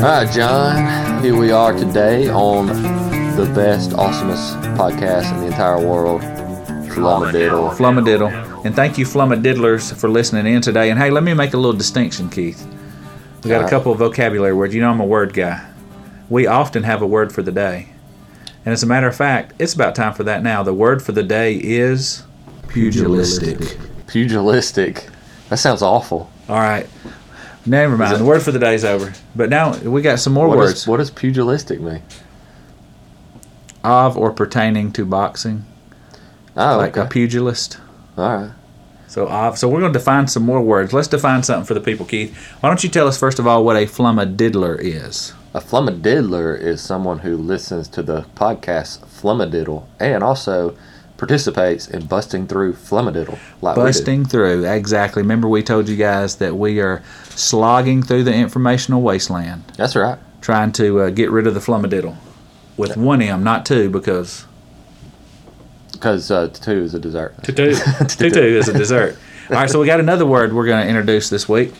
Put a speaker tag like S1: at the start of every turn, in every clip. S1: All right, John, here we are today on the best, awesomest podcast in the entire world,
S2: Oh,
S1: Flummadiddle.
S2: Flummadiddle. And thank you, Flummadiddlers, for listening in today. And hey, let me make a little distinction, Keith. We got a
S1: Alright.
S2: couple of vocabulary words. You know, I'm a word guy. We often have a word for the day. And as a matter of fact, it's about time for that now. The word for the day is pugilistic.
S1: Pugilistic. That sounds awful.
S2: All right. Never mind.
S1: it-
S2: the word for the day is over. But now we got some more
S1: What
S2: words
S1: does, what does pugilistic mean?
S2: of or pertaining to boxing,
S1: Oh,
S2: like a
S1: okay.
S2: pugilist.
S1: All right.
S2: So, uh, so we're going to define some more words. Let's define something for the people, Keith. Why don't you tell us first of all what a flummadiddler is?
S1: A flummadiddler is someone who listens to the podcast Flummadiddle and also participates in busting through Flummadiddle. Like we do.
S2: Busting through, exactly. Remember, we told you guys that we are slogging through the informational wasteland,
S1: That's right.
S2: trying to uh, get rid of the flummadiddle with one M, not two, because
S1: Because uh, two is a dessert.
S2: tutu tutu is a dessert. All right, so we got another word we're going to introduce this week.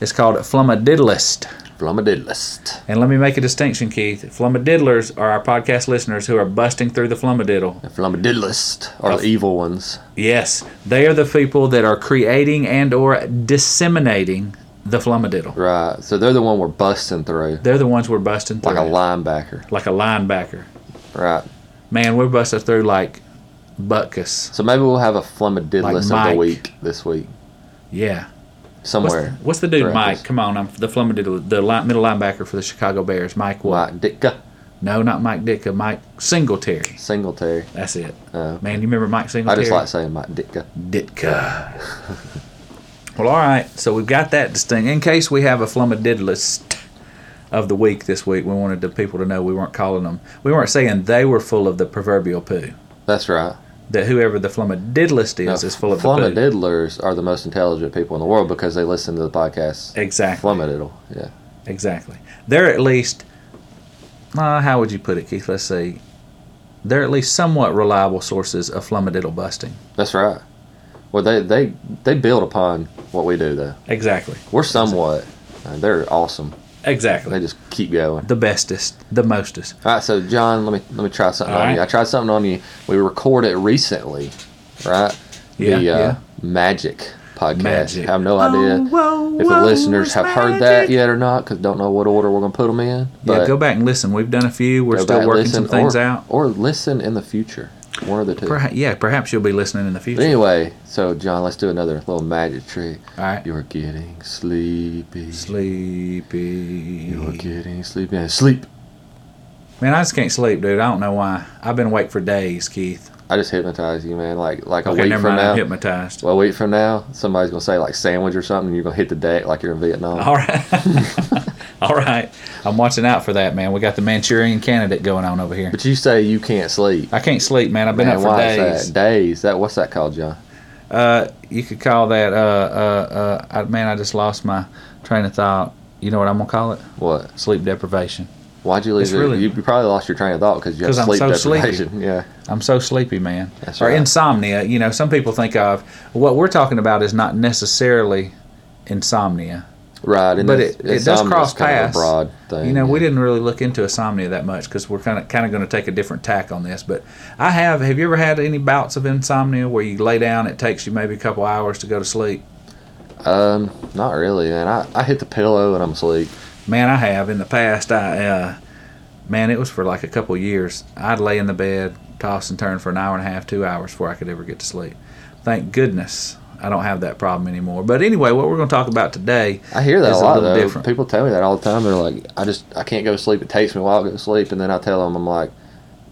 S2: It's called flummadiddlist.
S1: Flummadiddlist.
S2: And let me make a distinction, Keith. Flummadiddlers are our podcast listeners who are busting through the flummadiddle.
S1: The Flummadiddlist are the evil ones.
S2: Yes, they are the people that are creating and or disseminating the flummadiddle.
S1: Right. So they're the one we're busting through.
S2: They're the ones we're busting through.
S1: Like a linebacker.
S2: Like a linebacker.
S1: Right.
S2: Man, we're busting through like Butkus.
S1: So maybe we'll have a Flummadiddlist
S2: Like
S1: of
S2: Mike.
S1: the week this week.
S2: Yeah. What's,
S1: Somewhere.
S2: what's the dude,
S1: Practice.
S2: Mike? Come on, I'm the flummadiddle, the li- middle linebacker for the Chicago Bears. Mike what?
S1: Mike Ditka
S2: No, not Mike Ditka. Mike Singletary.
S1: Singletary.
S2: That's it.
S1: Uh,
S2: Man, you remember Mike
S1: I
S2: Singletary?
S1: just like saying Mike Ditka.
S2: Ditka. well, all right. So we've got that distinct. In case we have a flummadiddlist of the week this week, we wanted the people to know we weren't calling them. We weren't saying they were full of the proverbial poo.
S1: That's right.
S2: That whoever the flummadiddlist is is full of the poo.
S1: Flummadiddlers are the most intelligent people in the world because they listen to the podcast.
S2: Exactly.
S1: Flummadiddle. Yeah.
S2: Exactly. They're at least. Uh, how would you put it, Keith? Let's see. They're at least somewhat reliable sources of flummadiddle busting.
S1: That's right. Well, they, they, they build upon what we do, though.
S2: Exactly.
S1: We're somewhat. uh, they're awesome. They
S2: Exactly.
S1: just keep going.
S2: The bestest. The mostest.
S1: All right, so John, let me let me try something
S2: All
S1: on
S2: right.
S1: you. I tried something on you. We recorded recently, right?
S2: Yeah,
S1: the uh,
S2: yeah.
S1: Magic podcast.
S2: Magic.
S1: I have no idea
S2: Oh, whoa,
S1: if the
S2: whoa,
S1: listeners
S2: it's
S1: have heard that
S2: magic.
S1: yet or not, because don't know what order we're gonna put them in. But
S2: yeah, go back and listen. We've done a few. We're
S1: go
S2: still
S1: back,
S2: working some things
S1: or,
S2: out.
S1: or listen in the future. One of the two.
S2: Perha- yeah, perhaps you'll be listening in the
S1: But
S2: future.
S1: anyway, so John, let's do another little magic trick.
S2: All right.
S1: You're getting sleepy. You're
S2: Sleepy.
S1: getting sleepy. And Sleep.
S2: Man, I just can't sleep, dude. I don't know why. I've been awake for days, Keith.
S1: I just hypnotized you, man. Like like a
S2: Okay,
S1: week
S2: never
S1: from
S2: mind.
S1: now.
S2: I'm hypnotized.
S1: Well, a week from now, somebody's gonna say like sandwich or something, and you're gonna hit the deck like you're in Vietnam.
S2: All right. All right. I'm watching out for that, man. We got the Manchurian candidate going on over here.
S1: But you say you can't sleep.
S2: I can't sleep, man. I've been
S1: Man,
S2: up for
S1: why is
S2: days.
S1: that? Days. That what's that called, John?
S2: Uh, you could call that, uh, uh, uh, I, man, I just lost my train of thought. You know what I'm going to call it?
S1: What?
S2: Sleep deprivation.
S1: Why'd you lose?
S2: It's
S1: Your,
S2: really-
S1: you, you probably lost your train of thought because you have
S2: 'Cause I'm
S1: sleep
S2: so
S1: deprivation. Yeah.
S2: I'm so sleepy, man.
S1: That's
S2: or
S1: right.
S2: insomnia. You know, some people think of what we're talking about is not necessarily insomnia.
S1: Right. And
S2: But
S1: that's-
S2: it- it does
S1: insomnia's
S2: cross
S1: kind of a
S2: paths.
S1: broad thing.
S2: You know,
S1: Uh, yeah.
S2: we didn't really look into insomnia that much because we're kind of kind of going to take a different tack on this. But I have. Have you ever had any bouts of insomnia where you lay down, it takes you maybe a couple hours to go to sleep?
S1: Um, not really, man. I, I hit the pillow and I'm asleep.
S2: Man, I have in the past. I uh, man, it was for like a couple years. I'd lay in the bed, toss and turn for an hour and a half, two hours before I could ever get to sleep. Thank goodness I don't have that problem anymore. But anyway, what we're going to talk about today,
S1: I hear that
S2: It's
S1: a
S2: a
S1: lot
S2: little
S1: though.
S2: different.
S1: People tell me that all the time. They're like, I just I can't go to sleep. It takes me a while to go to sleep, and then I tell them I'm like,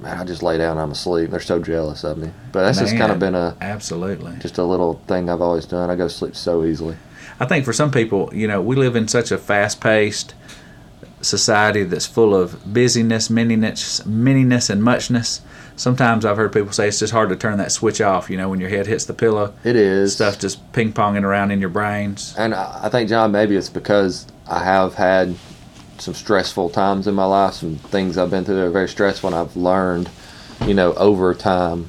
S1: man, I just lay down. I'm asleep. They're so jealous of me. But that's just
S2: Man.
S1: kind of been a
S2: absolutely.
S1: just a little thing I've always done. I go to sleep so easily.
S2: I think for some people, you know, we live in such a fast-paced society that's full of busyness, manyness, manyness, and muchness. Sometimes I've heard people say it's just hard to turn that switch off. You know, when your head hits the pillow,
S1: It is
S2: stuff just ping-ponging around in your brains.
S1: and I I think John, maybe it's because I have had some stressful times in my life, some things I've been through that are very stressful, and I've learned, you know, over time,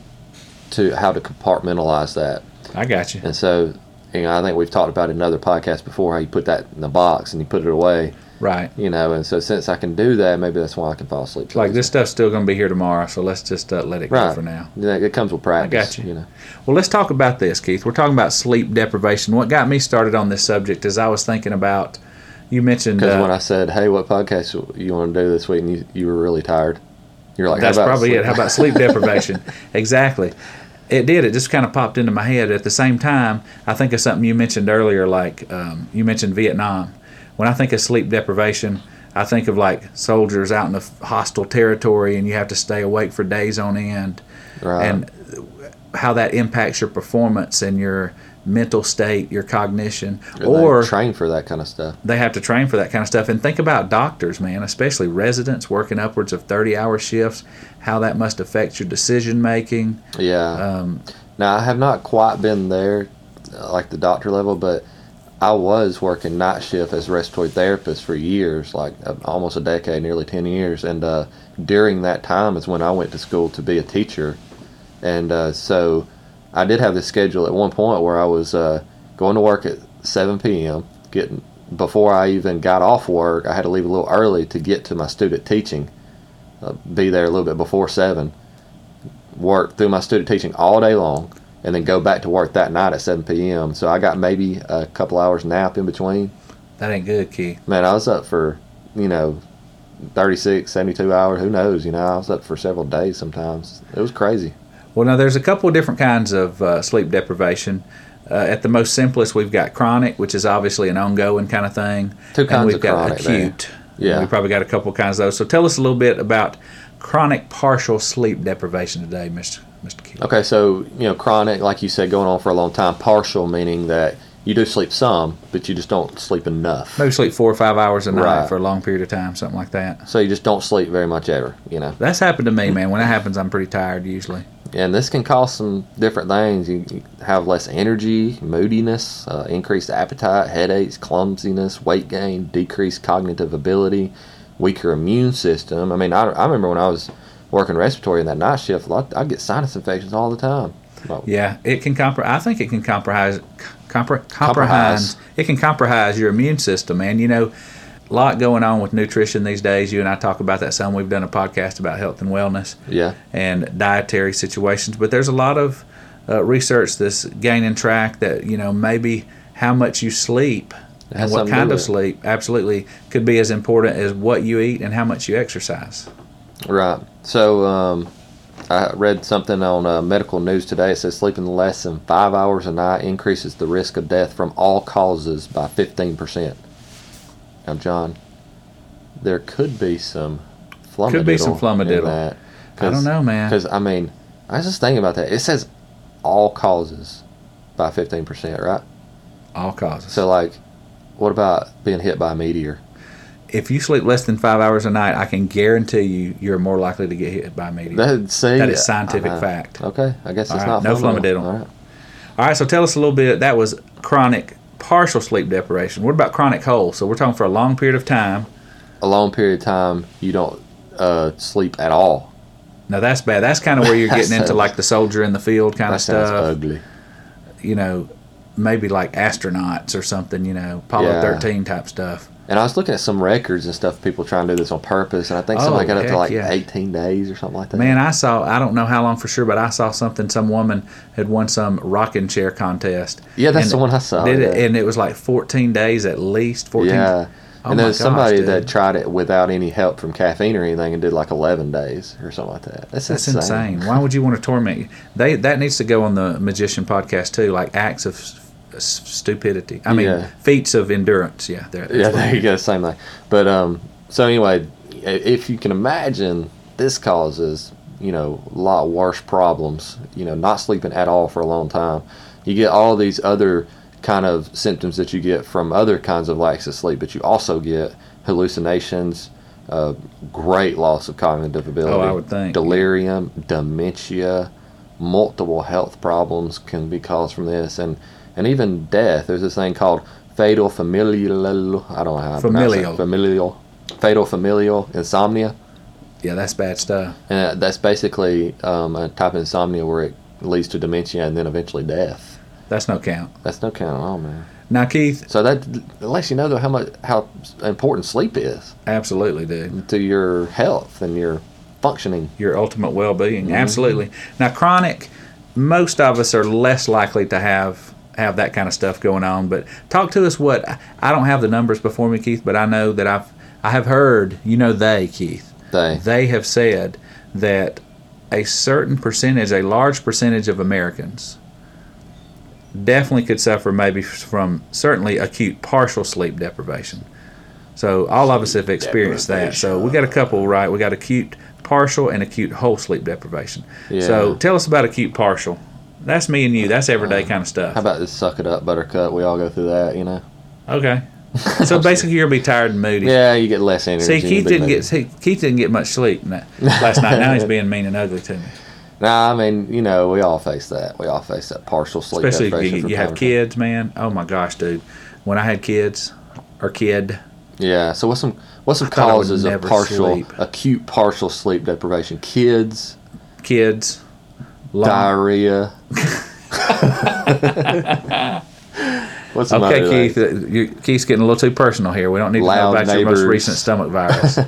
S1: to how to compartmentalize that.
S2: I got you.
S1: And so, you know, I think we've talked about it in other podcasts before how you put that in the box and you put it away.
S2: Right.
S1: you know. And so since I can do that, maybe that's why I can fall asleep. so
S2: Like
S1: easy.
S2: this stuff's still going to be here tomorrow, so let's just uh, let it go
S1: Right.
S2: for now.
S1: Yeah, it comes with practice.
S2: you.
S1: you. know.
S2: Well, let's talk about this, Keith. We're talking about sleep deprivation. What got me started on this subject is I was thinking about you mentioned
S1: Because
S2: uh,
S1: when I said, "Hey, what podcast you want to do this week?" and you, you were really tired, you're like,
S2: that's
S1: How about
S2: probably
S1: sleep?
S2: it. How about sleep deprivation? exactly. It did. It just kind of popped into my head. At the same time, I think of something you mentioned earlier, like um, you mentioned Vietnam. When I think of sleep deprivation, I think of like soldiers out in the hostile territory and you have to stay awake for days on end.
S1: Right.
S2: And how that impacts your performance and your mental state, your cognition,
S1: And they
S2: or
S1: train for that kind of stuff.
S2: they have to train for that kind of stuff. And think about doctors, man, especially residents working upwards of 30 hour shifts, how that must affect your decision making.
S1: Yeah.
S2: Um,
S1: now I have not quite been there, uh, like the doctor level, but I was working night shift as respiratory therapist for years, like uh, almost a decade, nearly ten years. And uh, during that time is when I went to school to be a teacher, and uh, so I did have this schedule at one point where I was uh, going to work at seven p.m. getting before I even got off work, I had to leave a little early to get to my student teaching, uh, be there a little bit before seven work through my student teaching all day long and then go back to work that night at 7 p.m. So I got maybe a couple hours nap in between.
S2: that ain't good, Key.
S1: Man, I was up for, you know, 36, 72 hours. Who knows? You know, I was up for several days sometimes. It was crazy.
S2: Well, now there's a couple of different kinds of uh, sleep deprivation. Uh, at the most simplest, we've got chronic, which is obviously an ongoing kind of thing.
S1: Two
S2: and
S1: kinds
S2: we've
S1: of
S2: got
S1: chronic there.
S2: acute.
S1: Yeah.
S2: We probably got a couple kinds of those. So tell us a little bit about chronic partial sleep deprivation today, Mr. Mr. Key.
S1: Okay, so, you know, chronic, like you said, going on for a long time, partial meaning that you do sleep some, but you just don't sleep enough.
S2: Maybe sleep four or five hours a night
S1: Right.
S2: for a long period of time, something like that.
S1: So you just don't sleep very much ever, you know.
S2: That's happened to me, man. When that happens, I'm pretty tired usually.
S1: and this can cause some different things. You you have less energy, moodiness, uh, increased appetite, headaches, clumsiness, weight gain, decreased cognitive ability, weaker immune system. I mean, I, I remember when I was working respiratory in that night shift, a lot, I'd get sinus infections all the time. Like,
S2: Yeah, it can compr. I think it can compromise. Compr- compromise.
S1: Compromise.
S2: It can compromise your immune system, man. You know, a lot going on with nutrition these days. You and I talk about that some. We've done a podcast about health and wellness
S1: yeah.
S2: and dietary situations, but there's a lot of uh, research that's gaining track that you know maybe how much you sleep and
S1: has
S2: what
S1: something to
S2: kind
S1: do
S2: of
S1: with it.
S2: sleep absolutely could be as important as what you eat and how much you exercise.
S1: Right. So um, I read something on uh, medical news today. It says sleeping less than five hours a night increases the risk of death from all causes by 15%. Now, John, there could be some flumadiddle.
S2: Could be some flumadiddle. I don't know, man.
S1: Because, I mean, I was just thinking about that. It says all causes by 15%, right?
S2: All causes.
S1: So, like, what about being hit by a meteor?
S2: if you sleep less than five hours a night, I can guarantee you you're more likely to get hit by a meteor.
S1: That, see,
S2: that is scientific
S1: I know.
S2: fact.
S1: Okay, I guess
S2: All
S1: it's
S2: right,
S1: not
S2: no
S1: flumadiddle.
S2: flumadiddle.
S1: All right.
S2: All right, so tell us a little bit. That was chronic partial sleep deprivation. What about chronic whole? So we're talking for a long period of time.
S1: a long period of time you don't uh, sleep at all.
S2: Now that's bad. That's kind of where you're
S1: That
S2: getting into
S1: sounds-
S2: like the soldier in the field kind
S1: That
S2: of
S1: sounds
S2: stuff.
S1: ugly.
S2: You know, maybe like astronauts or something. You know, Apollo
S1: Yeah.
S2: 13 type stuff.
S1: And I was looking at some records and stuff. People trying to do this on purpose, and I think
S2: Oh,
S1: somebody got up
S2: heck
S1: to like
S2: yeah.
S1: 18 days or something like that.
S2: Man, I saw. I don't know how long for sure, but I saw something. Some woman had won some rocking chair contest.
S1: yeah, that's
S2: and
S1: the one I saw.
S2: did it,
S1: Oh, yeah,
S2: and it was like 14 days at least. 14.
S1: yeah. and
S2: Oh my
S1: there was
S2: gosh,
S1: somebody
S2: dude.
S1: that tried it without any help from caffeine or anything, and did like 11 days or something like that. That's,
S2: That's insane. Why would you want to torment you? They that needs to go on the magician podcast too, like acts of s- s- stupidity. I mean,
S1: Yeah.
S2: feats of endurance. Yeah, there.
S1: Yeah, there you go, same thing. But um, so anyway, i- if you can imagine, this causes you know a lot worse problems. You know, not sleeping at all for a long time. You get all these other kind of symptoms that you get from other kinds of lacks of sleep, but you also get hallucinations, uh, great loss of cognitive ability,
S2: Oh, would think.
S1: delirium, dementia, multiple health problems can be caused from this, and and even death. There's this thing called fatal familial. I don't know how to pronounce
S2: Familial.
S1: it. familial, fatal familial insomnia,
S2: Yeah, that's bad stuff.
S1: and that's basically um, a type of insomnia where it leads to dementia and then eventually death.
S2: That's no count.
S1: That's no count at all, man.
S2: Now, Keith,
S1: So that that lets you know though how much how important sleep is
S2: absolutely, dude.
S1: to your health and your functioning.
S2: Your ultimate well being. Absolutely. Now, chronic, most of us are less likely to have have that kind of stuff going on. But talk to us what I- I don't have the numbers before me, Keith, but I know that I've I have heard, you know they, Keith.
S1: They
S2: They have said that a certain percentage, a large percentage of Americans definitely could suffer maybe from certainly acute partial sleep deprivation. So all of us have experienced that. So we got a couple, right? We got acute partial and acute whole sleep deprivation. So
S1: Yeah.
S2: tell us about acute partial. That's me and you. That's everyday
S1: how
S2: kind of stuff.
S1: about this suck it up buttercup? We all go through that, you know.
S2: Okay. So basically you'll be tired and moody.
S1: Yeah, you get less energy.
S2: See,
S1: you
S2: Keith
S1: be
S2: didn't
S1: lazy.
S2: get see, Keith didn't get much sleep na- last night. Now he's being mean and ugly to me.
S1: Nah, I mean, you know, we all face that. We all face that partial sleep
S2: especially if
S1: deprivation
S2: you,
S1: from
S2: you have
S1: time to
S2: kids, man. Oh my gosh, dude! When I had kids, or kid,
S1: time. Yeah. So what's some what's some
S2: thought I would
S1: causes of
S2: never
S1: partial
S2: sleep.
S1: acute partial sleep deprivation? Kids,
S2: kids, long-
S1: diarrhea. what's another thing?
S2: Okay, Keith, uh, you, Keith's getting a little too personal here. We don't need to know
S1: Loud
S2: about your most
S1: neighbors.
S2: recent stomach virus.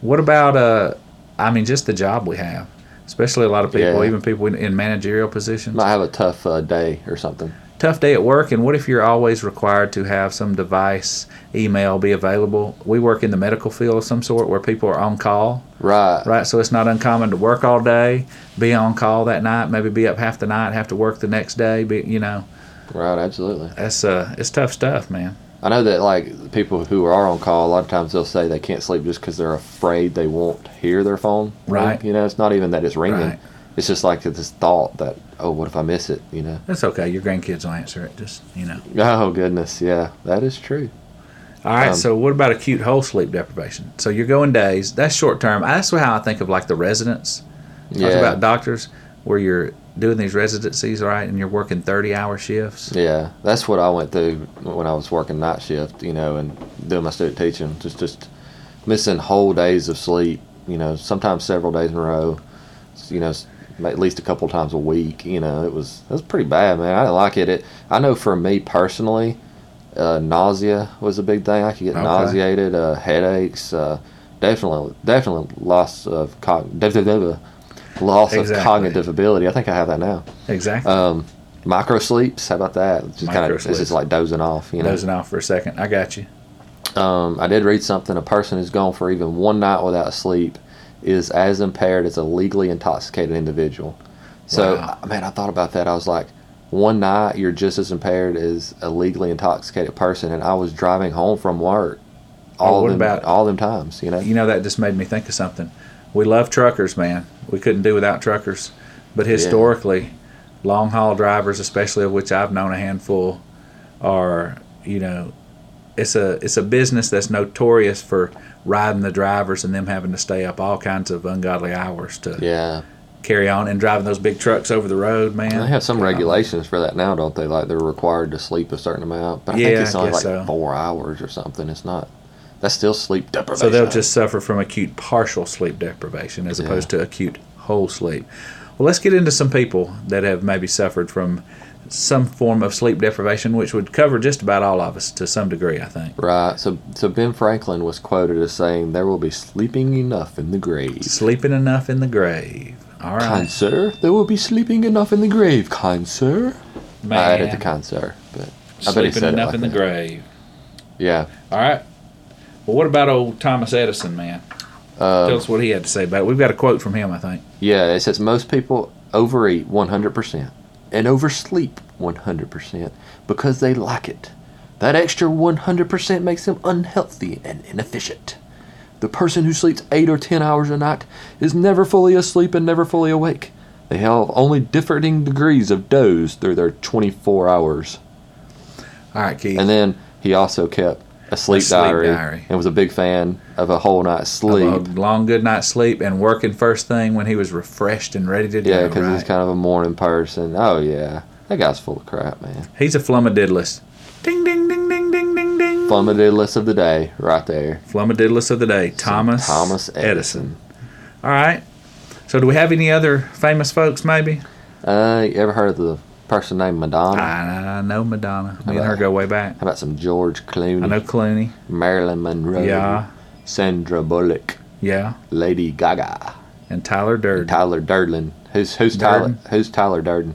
S2: what about uh? I mean, just the job we have, especially a lot of people,
S1: Yeah.
S2: even people in, in managerial positions.
S1: Might have a tough uh, day or something.
S2: Tough day at work, and what if you're always required to have some device, email be available? We work in the medical field of some sort where people are on call.
S1: Right.
S2: right? So it's not uncommon to work all day, be on call that night, maybe be up half the night, have to work the next day. Be, you know,
S1: Right. Absolutely.
S2: that's uh, it's tough stuff, man.
S1: I know that like people who are on call, a lot of times they'll say they can't sleep just because they're afraid they won't hear their phone. ring.
S2: Right.
S1: You know, it's not even that it's ringing.
S2: Right.
S1: It's just like this thought that oh, what if I miss it? You know.
S2: That's okay. Your grandkids will answer it. Just you know.
S1: Oh goodness, yeah, that is true.
S2: All right.
S1: Um,
S2: so what about acute whole sleep deprivation? So you're going days. That's short term. That's how I think of like the residents. Talk
S1: Yeah.
S2: about doctors where you're doing these residencies, right? And you're working 30 hour shifts.
S1: Yeah, that's what I went through when I was working night shift, you know, and doing my student teaching. Just just missing whole days of sleep, you know, sometimes several days in a row, you know, s- at least a couple times a week. You know, it was it was pretty bad, man. I didn't like it. It I know for me personally, uh, nausea was a big thing. I could get
S2: Okay.
S1: nauseated, uh, headaches, uh, definitely definitely loss of cog- duh, duh, duh, duh, loss
S2: Exactly.
S1: of cognitive ability. I think I have that now.
S2: Exactly.
S1: Um, micro sleeps. How about that? Just kind of, it's
S2: Microsleeps.
S1: just like dozing off. You know.
S2: Dozing off for a second. I got you.
S1: Um, I did read something. A person who's gone for even one night without sleep is as impaired as a legally intoxicated individual. So,
S2: Wow.
S1: I- man, I thought about that. I was like, one night you're just as impaired as a legally intoxicated person, and I was driving home from work. All
S2: Oh, what
S1: them,
S2: about-
S1: all them times, you know.
S2: you know that just made me think of something we love truckers man we couldn't do without truckers but historically long haul drivers especially of which i've known a handful are you know it's a it's a business that's notorious for riding the drivers and them having to stay up all kinds of ungodly hours to
S1: Yeah,
S2: carry on and driving those big trucks over the road man
S1: they have some
S2: God.
S1: regulations for that now, don't they? Like they're required to sleep a certain amount, but I
S2: Yeah,
S1: think it's
S2: I
S1: only like
S2: guess so.
S1: four hours or something. It's not. That's still sleep deprivation.
S2: So they'll just suffer from acute partial sleep deprivation as opposed to acute whole sleep. Well, let's get into some people that have maybe suffered from some form of sleep deprivation, which would cover just about all of us to some degree, I think.
S1: Right. So, so Ben Franklin was quoted as saying, "There will be sleeping enough in the grave."
S2: Sleeping enough in the grave. All
S1: Kind
S2: right.
S1: sir, there will be sleeping enough in the grave. Kind sir,
S2: Man,
S1: I added the kind sir, but I bet he
S2: sleeping
S1: said
S2: enough
S1: it like
S2: in the
S1: that.
S2: grave.
S1: Yeah.
S2: All right. Well, what about old Thomas Edison, man?
S1: Um,
S2: Tell us what he had to say about it. We've got a quote from him, I think.
S1: Yeah, it says most people overeat 100% and oversleep 100% because they like it. That extra 100% makes them unhealthy and inefficient. The person who sleeps 8 or 10 hours a night is never fully asleep and never fully awake. They have only differing degrees of doze through their 24 hours.
S2: All right, Keith.
S1: And then he also kept a sleep,
S2: sleep
S1: diary,
S2: diary.
S1: and was a big fan of a whole night's
S2: Of
S1: sleep.
S2: a long good night's sleep and working first thing when he was refreshed and ready to do.
S1: Yeah, because he's
S2: right?
S1: kind of a morning person. Oh, yeah. That guy's full of crap, man.
S2: He's a flumadiddlist. Ding, ding, ding, ding, ding, ding, ding.
S1: plummeted list of the day right there.
S2: Flumadiddlist of the day, Thomas,
S1: Thomas Edison.
S2: All right. So, do we have any other famous folks, maybe?
S1: Uh, you ever heard of the person named Madonna.
S2: Ah. I, I know Madonna. Me and her go way back.
S1: How about some George Clooney?
S2: I know Clooney.
S1: Marilyn Monroe.
S2: Yeah.
S1: Sandra Bullock.
S2: Yeah.
S1: Lady Gaga.
S2: And Tyler Durden.
S1: Tyler Durden. Who's who's Tyler?
S2: Durden.
S1: Who's Tyler Durden?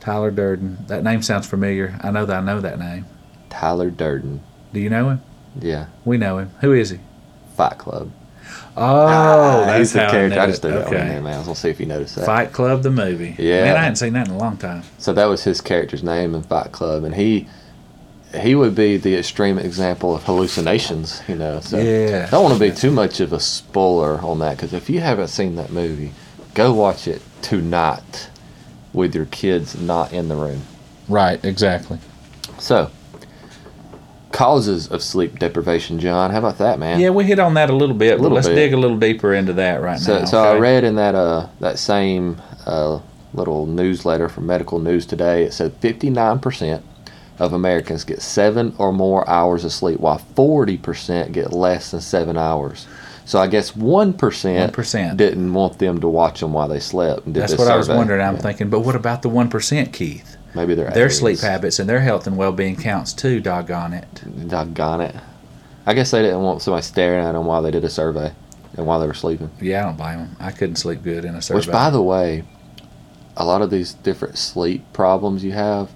S2: Tyler Durden. That name sounds familiar. I know that I know that name.
S1: Tyler Durden.
S2: Do you know him?
S1: Yeah.
S2: We know him. Who is he?
S1: Fight Club.
S2: Oh,
S1: Ah,
S2: that's
S1: he's the
S2: how
S1: character.
S2: I,
S1: I
S2: knew
S1: just
S2: it.
S1: threw that one in
S2: Okay.
S1: there, man. I was gonna see if you noticed that.
S2: Fight Club the movie.
S1: Yeah.
S2: Man, I hadn't seen that in a long time.
S1: So that was his character's name in Fight Club, and he he would be the extreme example of hallucinations, you know. So
S2: Yeah.
S1: don't want to be too much of a spoiler on that because if you haven't seen that movie, go watch it tonight with your kids not in the room.
S2: Right, exactly.
S1: So causes of sleep deprivation, John. How about that, man?
S2: Yeah, we hit on that a little bit, but
S1: Little
S2: let's
S1: bit.
S2: dig a little deeper into that right
S1: So,
S2: now.
S1: so I
S2: okay?
S1: read in that uh that same uh, little newsletter from Medical News Today. It said 59% of Americans get seven or more hours of sleep, while 40% get less than seven hours. So I guess one percent
S2: 1%.
S1: didn't want them to watch them while they slept. And did
S2: That's
S1: this
S2: what I was
S1: survey.
S2: wondering. I'm
S1: Yeah.
S2: thinking, but what about the one percent, Keith?
S1: Maybe they're
S2: Their
S1: aliens.
S2: sleep habits and their health and well-being counts too. Doggone it!
S1: Doggone it! I guess they didn't want somebody staring at them while they did a survey and while they were sleeping.
S2: Yeah, I don't blame them. I couldn't sleep good in a survey.
S1: Which, by the way, a lot of these different sleep problems you have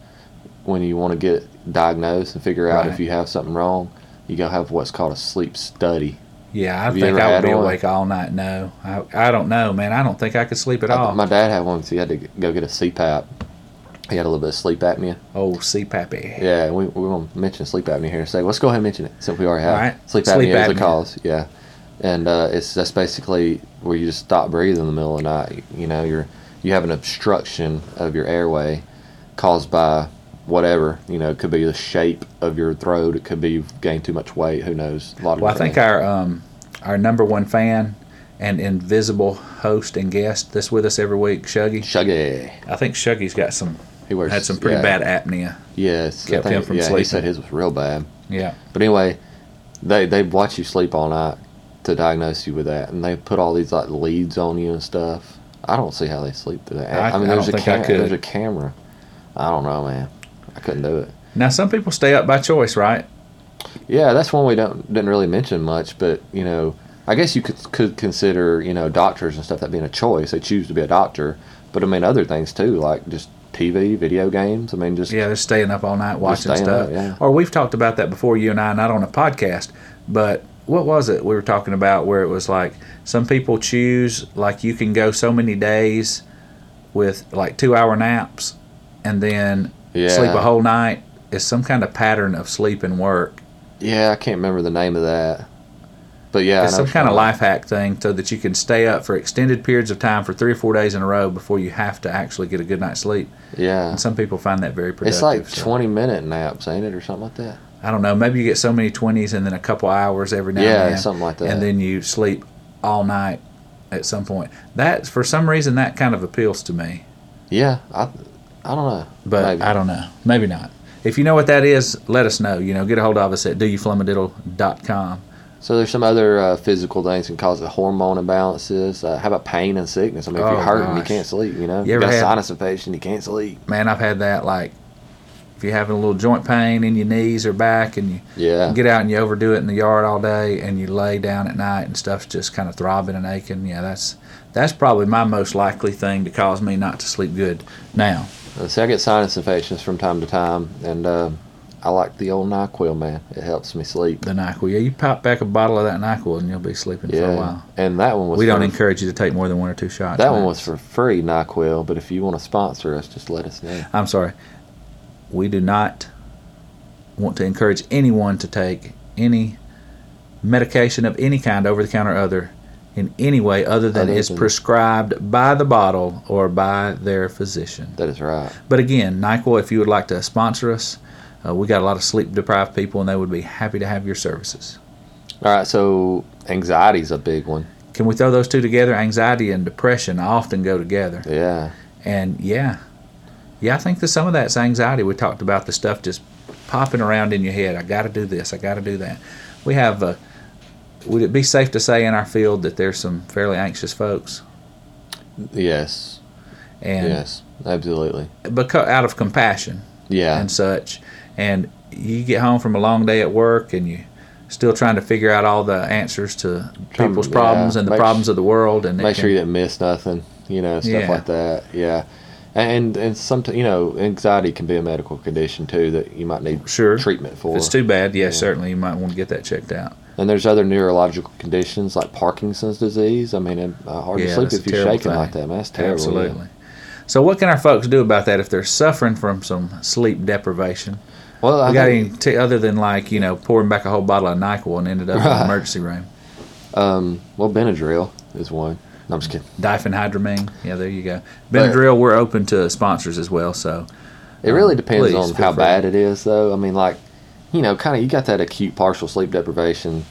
S1: when you want to get diagnosed and figure out
S2: Right.
S1: if you have something wrong, you go have what's called a sleep study.
S2: yeah, I
S1: Have you
S2: think
S1: ever
S2: I would
S1: had
S2: be
S1: one?
S2: awake all night. No, I, I don't know, man. I don't think I could sleep at
S1: I-
S2: all.
S1: my dad had one, so he had to go get a CPAP. He had a little bit of sleep apnea.
S2: oh, CPAP.
S1: Yeah, we, we're going to mention sleep apnea here in a second. Let's go ahead and mention it since we already have.
S2: All right.
S1: Sleep,
S2: Sleep
S1: apnea, is
S2: apnea.
S1: a cause, yeah. And uh, it's that's basically where you just stop breathing in the middle of the night. You know, you're you have an obstruction of your airway caused by whatever. You know, it could be the shape of your throat. It could be you've gained too much weight. Who knows? A lot of
S2: Well, I
S1: different
S2: think our um, our number one fan and invisible host and guest that's with us every week, Shuggy.
S1: things. Shuggy.
S2: I think Shuggy's got some
S1: He wears
S2: had some pretty
S1: yeah,
S2: bad apnea.
S1: Yes, I
S2: kept him from
S1: yeah,
S2: sleeping.
S1: He said his was real bad.
S2: Yeah.
S1: But anyway, they they watch you sleep all night to diagnose you with that, and they put all these like leads on you and stuff. I don't see how they sleep through that.
S2: I-
S1: mean,
S2: I
S1: there's
S2: don't
S1: a
S2: think I
S1: cam-
S2: could.
S1: there's a camera. I don't know, man. I couldn't do it.
S2: Now some people stay up by choice, right?
S1: Yeah, that's one we don't didn't really mention much, but you know, I guess you could could consider you know doctors and stuff that being a choice. They choose to be a doctor, but I mean other things too, like just TV, video games. I mean, just
S2: Yeah, they're staying up all night watching
S1: staying
S2: stuff.
S1: up, yeah.
S2: Or we've talked about that before, you and I, not on a podcast, but what was it we were talking about where it was like some people choose like you can go so many days with like two hour naps and then
S1: Yeah.
S2: sleep a whole night. It's some kind of pattern of sleep and work.
S1: yeah. I can't remember the name of that, but yeah, I
S2: It's
S1: know
S2: some
S1: what
S2: kind of
S1: you're-
S2: life hack thing so that you can stay up for extended periods of time for three or four days in a row before you have to actually get a good night's sleep.
S1: Yeah,
S2: And some people find that very productive.
S1: It's like
S2: so-
S1: 20 minute naps, ain't it, or something like that?
S2: I don't know. Maybe you get so many twenties and then a couple hours every now
S1: Yeah,
S2: and then,
S1: something like that.
S2: and then you sleep all night at some point. That for some reason that kind of appeals to me,
S1: Yeah, I, I don't know.
S2: but
S1: Maybe.
S2: I don't know. Maybe not. If you know what that is, let us know. You know, get a hold of us at doyouflummadiddle.com.
S1: so there's some other uh, physical things can cause the hormone imbalances. Uh, how about pain and sickness? I mean, if
S2: Oh,
S1: you're hurting, you
S2: gosh.
S1: can't sleep. You know,
S2: You
S1: you,
S2: ever
S1: got
S2: had-
S1: sinus infection, you can't sleep.
S2: Man, I've had that. Like, if you're having a little joint pain in your knees or back, and you
S1: Yeah,
S2: get out and you overdo it in the yard all day, and you lay down at night and stuff's just kind of throbbing and aching. Yeah, that's that's probably my most likely thing to cause me not to sleep good. Now.
S1: Uh, so I get sinus infections from time to time, and uh, I like the old Nyquil, man. It helps me sleep.
S2: the NyQuil. Yeah, you pop back a bottle of that NyQuil and you'll be sleeping for a
S1: Yeah,
S2: while.
S1: and that one was
S2: We don't
S1: for-
S2: encourage you to take more than one or two shots.
S1: that one
S2: man.
S1: was for free Nyquil, but if you want to sponsor us, just let us know.
S2: I'm sorry. We do not want to encourage anyone to take any medication of any kind, over the counter or other, in any way other than
S1: Other
S2: is
S1: than-
S2: prescribed by the bottle or by their physician.
S1: That is right.
S2: But again, NyQuil, if you would like to sponsor us, uh, we got a lot of sleep deprived people and they would be happy to have your services.
S1: All right, so anxiety's a big one.
S2: Can we throw those two together? Anxiety and depression often go together.
S1: Yeah.
S2: And yeah, yeah, I think that some of that's anxiety. We talked about the stuff just popping around in your head. I got to do this. I got to do that. We have. A, would it be safe to say in our field that there's some fairly anxious folks?
S1: Yes.
S2: and
S1: Yes, absolutely.
S2: because out of compassion
S1: Yeah.
S2: and such. And you get home from a long day at work and you still trying to figure out all the answers to
S1: Trying-
S2: people's problems
S1: yeah,
S2: and the
S1: make
S2: problems
S1: su-
S2: of the world and it
S1: make sure
S2: can-
S1: you didn't miss nothing, you know, stuff
S2: Yeah.
S1: like that. Yeah. And and sometimes you know anxiety can be a medical condition too that you might need
S2: Sure.
S1: treatment
S2: if
S1: for.
S2: it's too bad, yeah,
S1: Yeah.
S2: certainly you might want to get that checked out.
S1: and there's other neurological conditions like Parkinson's disease. I mean, it, uh, hard
S2: Yeah,
S1: to sleep
S2: that's
S1: if
S2: a
S1: you're
S2: terrible
S1: shaking
S2: thing.
S1: like that. Man, that's terrible. yeah.
S2: Absolutely. So what can our folks do about that if they're suffering from some sleep deprivation?
S1: Well, I
S2: We got
S1: think-
S2: any t- other than like you know pouring back a whole bottle of Nyquil and ended up in the
S1: Right.
S2: emergency room?
S1: Well, Benadryl is one. No, I'm just kidding.
S2: Diphenhydramine. Yeah, there you go. Benadryl. We're open to sponsors as well. So
S1: It
S2: Um,
S1: really depends
S2: please
S1: on
S2: feel
S1: how
S2: free.
S1: bad it is, though. I mean, like, you know, kind of you got that acute partial sleep deprivation.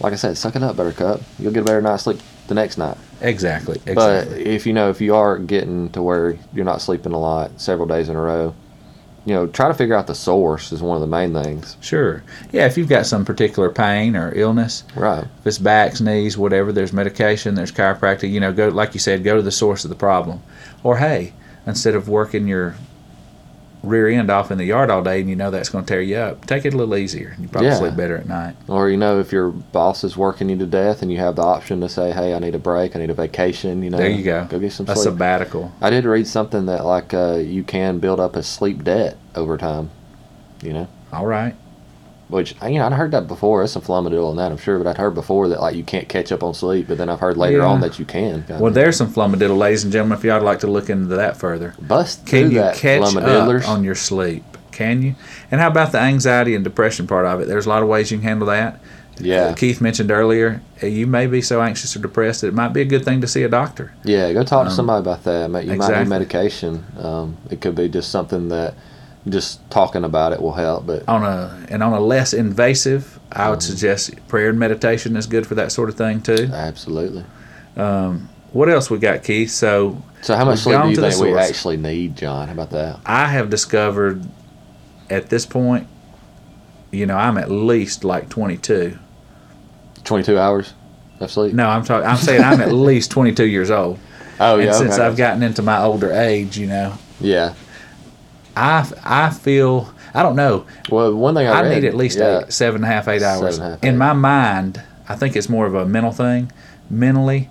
S1: Like I said, suck it up, Buttercup. You'll get a better night's sleep the next night.
S2: exactly. exactly.
S1: But if you know, if you are getting to where you're not sleeping a lot several days in a row, you know, try to figure out the source is one of the main things.
S2: Sure. Yeah, if you've got some particular pain or illness,
S1: Right.
S2: if it's backs, knees, whatever, there's medication, there's chiropractic, you know, go like you said, go to the source of the problem. Or hey, instead of working your rear end off in the yard all day and you know that's going to tear you up, take it a little easier. You probably
S1: Yeah.
S2: sleep better at night.
S1: Or you know, if your boss is working you to death and you have the option to say, "Hey, I need a break. I need a vacation." You know,
S2: There you go.
S1: Go get some
S2: a
S1: sleep.
S2: sabbatical.
S1: I did read something that like uh, you can build up a sleep debt over time. You know.
S2: All right.
S1: Which you know, I'd heard that before. There's some flummoxed in that, I'm sure, but I'd heard before that like you can't catch up on sleep. But then I've heard later
S2: Yeah.
S1: on that you can.
S2: Well, there's some flumadiddle, ladies and gentlemen, if y'all would like to look into that further.
S1: bust
S2: Can
S1: through
S2: you
S1: that
S2: catch
S1: flumadiddlers.
S2: up on your sleep? Can you? And how about the anxiety and depression part of it? There's a lot of ways you can handle that.
S1: Yeah.
S2: Uh, Keith mentioned earlier, uh, you may be so anxious or depressed that it might be a good thing to see a doctor.
S1: Yeah, go talk to somebody about that. Ma- You might
S2: Um, exactly.
S1: need medication. Um, it could be just something that just talking about it will help. But
S2: On a and on a less invasive, I
S1: Mm-hmm.
S2: would suggest prayer and meditation is good for that sort of thing too.
S1: absolutely.
S2: What else we got, Keith? So
S1: So, how much
S2: We've
S1: sleep
S2: gone
S1: do you
S2: to the
S1: think we
S2: source.
S1: actually need, John? How about that?
S2: I have discovered at this point, you know, I'm at least like 22.
S1: 22 hours of sleep?
S2: No, I'm talking. I'm saying I'm at least 22 years old.
S1: Oh,
S2: and
S1: yeah.
S2: since
S1: okay.
S2: I've gotten into my older age, you know,
S1: yeah.
S2: I, I feel I don't know.
S1: Well, one thing I,
S2: I
S1: read,
S2: need at least
S1: yeah,
S2: eight, seven and a half, eight hours.
S1: Seven and a half,
S2: In
S1: eight.
S2: my mind, I think it's more of a mental thing. Mentally,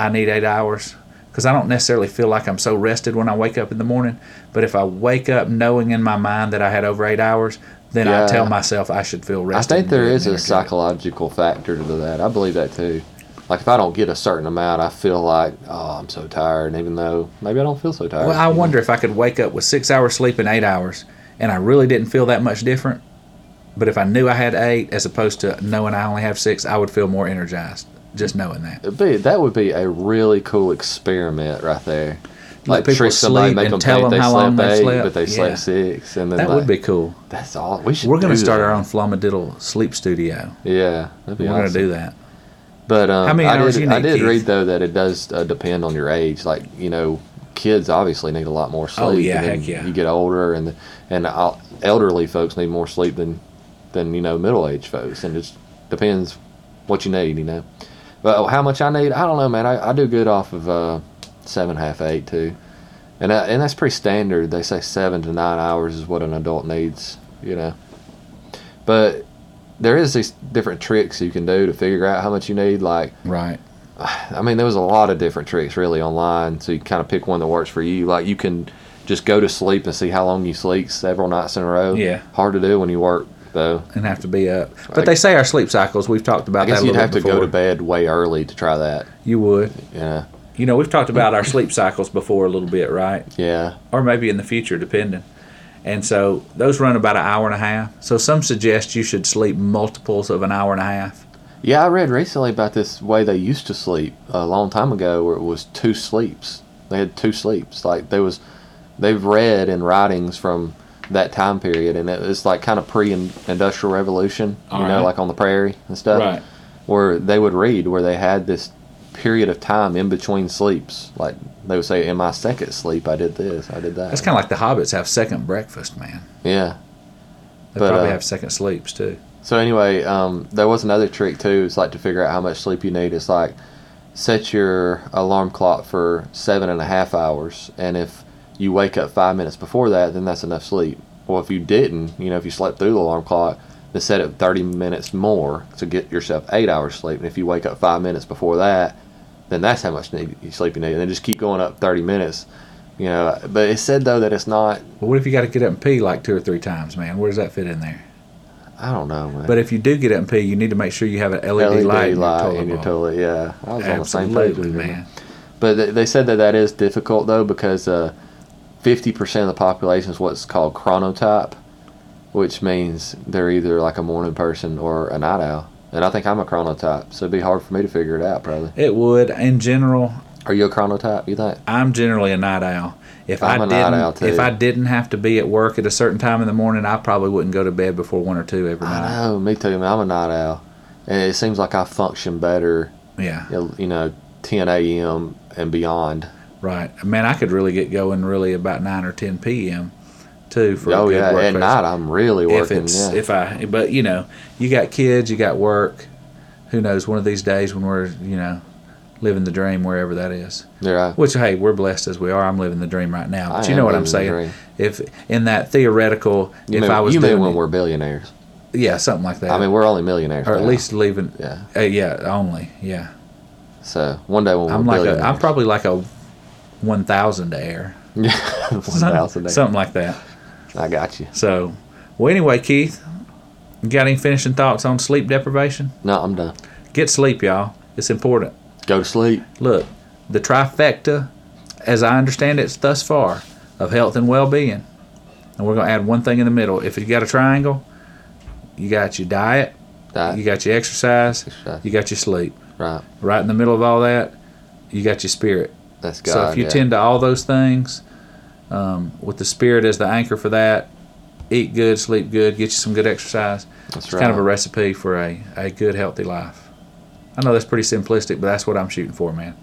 S2: I need eight hours because I don't necessarily feel like I'm so rested when I wake up in the morning. But if I wake up knowing in my mind that I had over eight hours, then I
S1: Yeah.
S2: tell myself I should feel
S1: I
S2: rested.
S1: think
S2: and
S1: there
S2: good
S1: is
S2: and
S1: a
S2: energetic.
S1: psychological factor to that. I believe that too. Like if I don't get a certain amount, I feel like oh I'm so tired, and even though maybe I don't feel so tired.
S2: Well, I
S1: you know?
S2: wonder if I could wake up with six hours sleep and eight hours, and I really didn't feel that much different. But if I knew I had eight, as opposed to knowing I only have six, I would feel more energized just knowing that.
S1: It'd be, that would be a really cool experiment right there.
S2: Let people sleep and tell 'em how long they slept.
S1: but they slept
S2: Yeah.
S1: six, and then
S2: That
S1: like,
S2: would be cool.
S1: that's all. We should.
S2: We're going
S1: do
S2: to start
S1: that.
S2: our own Flamadiddle sleep studio.
S1: Yeah, that'd be
S2: We're going to
S1: awesome.
S2: do that.
S1: But um,
S2: How many
S1: I
S2: hours
S1: did,
S2: you
S1: I
S2: need,
S1: did
S2: Keith?
S1: read though that it does uh, depend on your age. Like you know, kids obviously need a lot more sleep.
S2: Oh, yeah,
S1: and then
S2: heck yeah.
S1: You get older, and and uh, elderly folks need more sleep than than you know middle aged folks, and it just depends what you need. You know, but how much I need, I don't know, man. I, I do good off of uh, seven, half, eight too, and I, and that's pretty standard. They say seven to nine hours is what an adult needs. You know, but there is these different tricks you can do to figure out how much you need. Like
S2: Right.
S1: I mean, there was a lot of different tricks really online, so you kind of pick one that works for you. Like you can just go to sleep and see how long you sleep several nights in a row.
S2: Yeah.
S1: hard to do when you work though.
S2: And have to be up. But they say our sleep cycles, we've talked about
S1: I guess
S2: that a
S1: you'd
S2: little
S1: have to
S2: bit before.
S1: go to bed way early to try that.
S2: You would.
S1: Yeah,
S2: You know, we've talked about our sleep cycles before a little bit, right?
S1: yeah,
S2: or maybe in the future, depending. And so those run about an hour and a half. So some suggest you should sleep multiples of an hour and a half.
S1: yeah. I read recently about this way they used to sleep a long time ago, where it was two sleeps. They had two sleeps. Like there was, they've read in writings from that time period, and it was like kind of pre-industrial revolution. You
S2: All
S1: know,
S2: right.
S1: like on the prairie and stuff. where they would read where they had this period of time in between sleeps. Like they would say, "In my second sleep, I did this, I did that."
S2: That's kind of like the hobbits have second breakfast, man.
S1: yeah.
S2: They
S1: But,
S2: probably
S1: uh,
S2: have second sleeps too.
S1: So anyway, um, there was another trick too. It's like to figure out how much sleep you need. It's like set your alarm clock for seven and a half hours, and if you wake up five minutes before that, then that's enough sleep. Well, if you didn't, you know, if you slept through the alarm clock, then set it 30 minutes more to get yourself eight hours sleep. And if you wake up five minutes before that, then that's how much need, sleep you need. And then just keep going up 30 minutes, you know. But it said, though, that it's not,
S2: Well, what if you got to get up and pee like two or three times, man? Where does that fit in there?
S1: I don't know, man.
S2: But if you do get up and pee, you need to make sure you have an
S1: LED
S2: LED, light in your
S1: E light
S2: toilet
S1: in your
S2: bowl.
S1: toilet, yeah. I was on the same page
S2: Absolutely,
S1: with you, man.
S2: man.
S1: But they- they said that that is difficult though because uh, fifty percent of the population is what's called chronotype, which means they're either like a morning person or a night owl. And I think I'm a chronotype, so it'd be hard for me to figure it out. Probably.
S2: It would. In general,
S1: Are you a chronotype? You think?
S2: I'm generally a night owl. If
S1: I'm
S2: I'm
S1: a
S2: I
S1: night
S2: did not
S1: owl, too.
S2: if I didn't have to be at work at a certain time in the morning, I probably wouldn't go to bed before one or two every
S1: I
S2: night.
S1: know. Me too. Man, I'm a night owl, and it seems like I function better,
S2: Yeah,
S1: you know, 10 a.m. and beyond.
S2: right. Man, I could really get going really about nine or ten p.m. too for a
S1: oh
S2: good
S1: yeah,
S2: work
S1: at
S2: phase.
S1: night I'm really
S2: If
S1: working.
S2: it's
S1: yeah.
S2: if I, but you know, you got kids, you got work. Who knows? One of these days when we're you know living the dream wherever that is.
S1: yeah.
S2: Which hey, we're blessed as we are. I'm living the dream right now.
S1: I
S2: But you
S1: am
S2: know what I'm
S1: living the
S2: saying?
S1: dream.
S2: If in that theoretical,
S1: You
S2: if
S1: mean,
S2: I was
S1: you mean
S2: doing
S1: when
S2: it-
S1: we're billionaires?
S2: yeah, something like that.
S1: I mean, we're only millionaires.
S2: or at
S1: now.
S2: least leaving.
S1: Yeah.
S2: uh, yeah, only. Yeah,
S1: So one day when we're
S2: I'm like a,
S1: billionaires,
S2: I'm probably like a one thousand heir,
S1: yeah, one
S2: Some-
S1: thousand days.
S2: something like that.
S1: I got you.
S2: So, well, anyway, Keith, you got any finishing thoughts on sleep deprivation?
S1: No, I'm done.
S2: Get sleep, y'all. It's important.
S1: Go to sleep.
S2: Look, the trifecta, as I understand it thus far, of health and well being. And we're going to add one thing in the middle. If you got a triangle, you got your diet,
S1: That,
S2: you got your exercise,
S1: Exercise.
S2: you got your sleep.
S1: right.
S2: Right in the middle of all that, you got your spirit.
S1: That's God.
S2: so if you
S1: yeah.
S2: tend to all those things, um, with the spirit as the anchor for that, eat good, sleep good, get you some good exercise.
S1: that's
S2: It's kind of a recipe for a, a good, healthy life. I know that's pretty simplistic, but that's what I'm shooting for, man.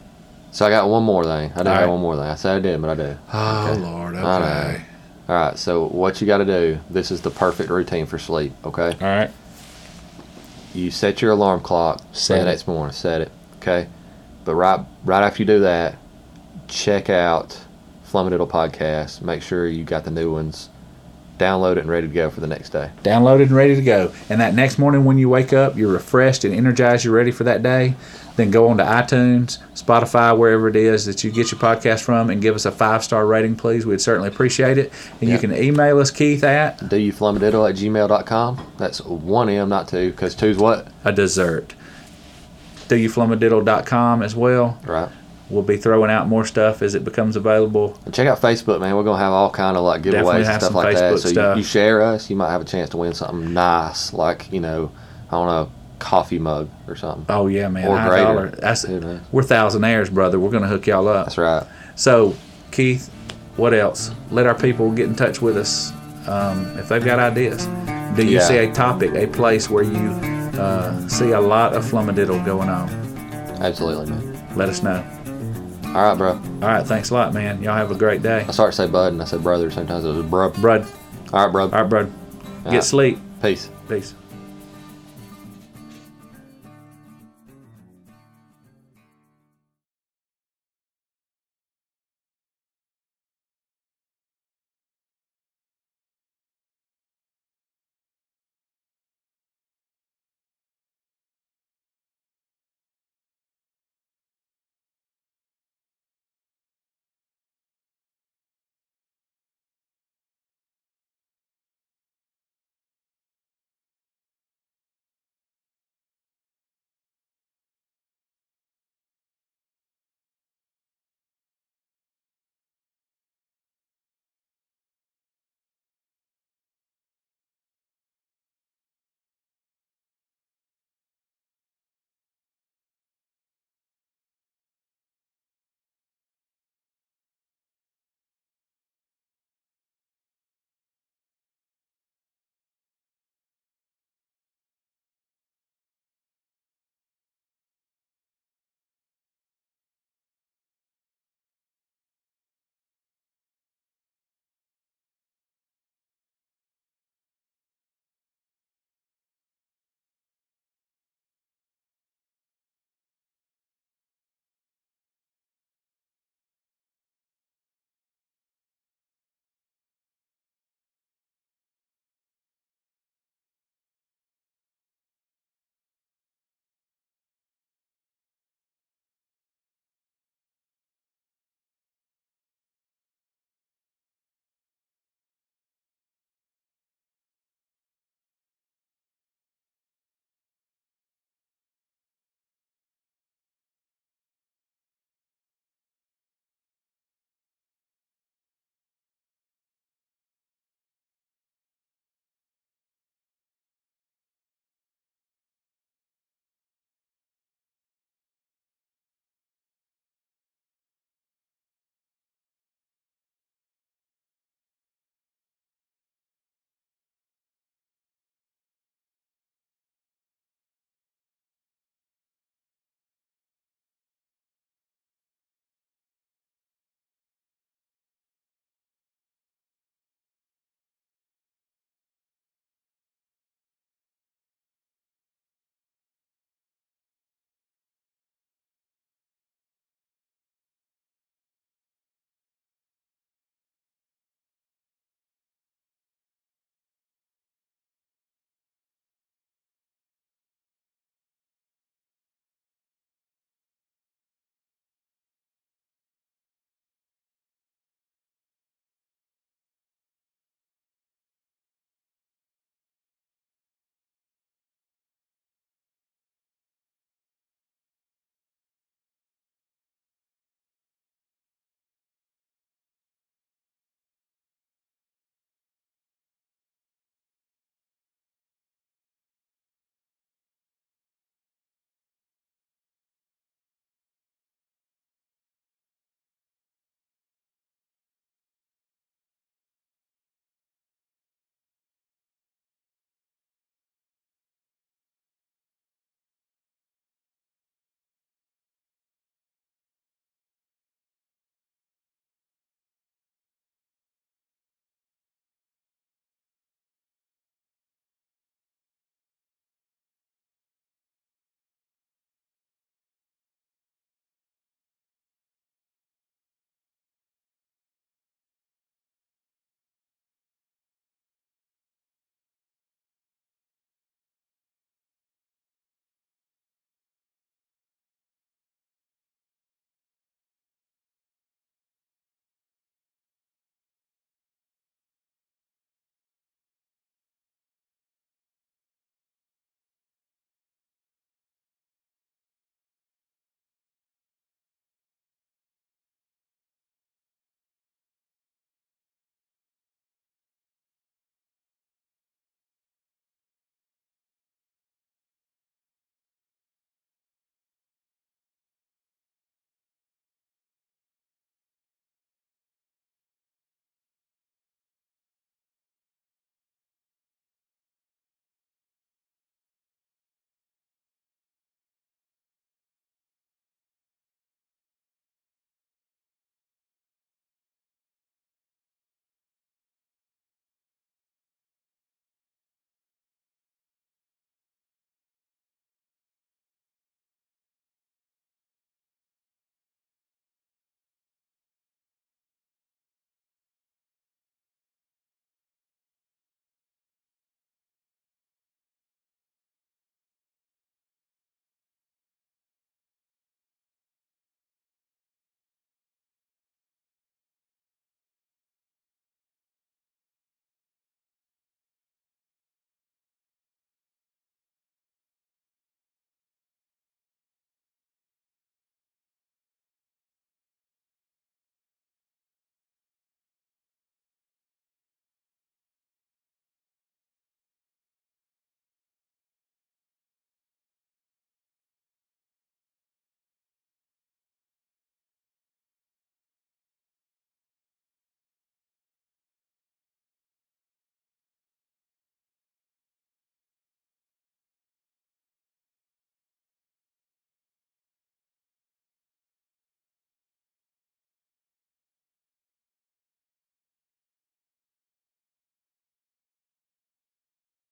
S1: so I got one more thing. I do
S2: All
S1: have
S2: right.
S1: one more thing. I said I did, but I do.
S2: Oh Lord,
S1: I know.
S2: okay.
S1: All right. So what you got to do? This is the perfect routine for sleep. Okay.
S2: All right.
S1: You set your alarm clock
S2: Set
S1: for the
S2: it.
S1: next morning. Set it. Okay. But right right after you do that, check out Flumadiddle podcast. Make sure you got the new ones. Download it and ready to go for the next day.
S2: Downloaded and ready to go. And that next morning when you wake up, you're refreshed and energized, you're ready for that day. Then go on to iTunes, Spotify, wherever it is that you get your podcast from, and give us a five star rating, please. We'd certainly appreciate it. And
S1: Yeah.
S2: you can email us, Keith, at
S1: Do you flumadiddle at gmail.com? That's one M, not two, because two's what?
S2: a dessert. DoYouFlumadiddle.com as well.
S1: Right.
S2: We'll be throwing out more stuff as it becomes available.
S1: And check out Facebook, man. We're gonna have all kind of like
S2: Definitely
S1: giveaways and
S2: have
S1: stuff
S2: some
S1: like that.
S2: Facebook
S1: So
S2: stuff.
S1: You, you share us, you might have a chance to win something nice, like you know, I don't know, coffee mug or something.
S2: Oh yeah, man!
S1: Or
S2: High
S1: greater.
S2: dollar. That's,
S1: Who knows?
S2: we're thousandaires, brother. We're gonna hook y'all up.
S1: That's right.
S2: So, Keith, what else? Let our people get in touch with us um, if they've got ideas. Do you
S1: Yeah.
S2: see a topic, a place where you uh, see a lot of flummadiddle going on?
S1: Absolutely, man.
S2: Let us know.
S1: All right, bro.
S2: All right, thanks a lot, man. Y'all have a great day.
S1: I started to say bud, and I said brother. Sometimes it was bro.
S2: Brud,
S1: All right, bro.
S2: all right, brud. Get
S1: right.
S2: sleep.
S1: Peace.
S2: Peace.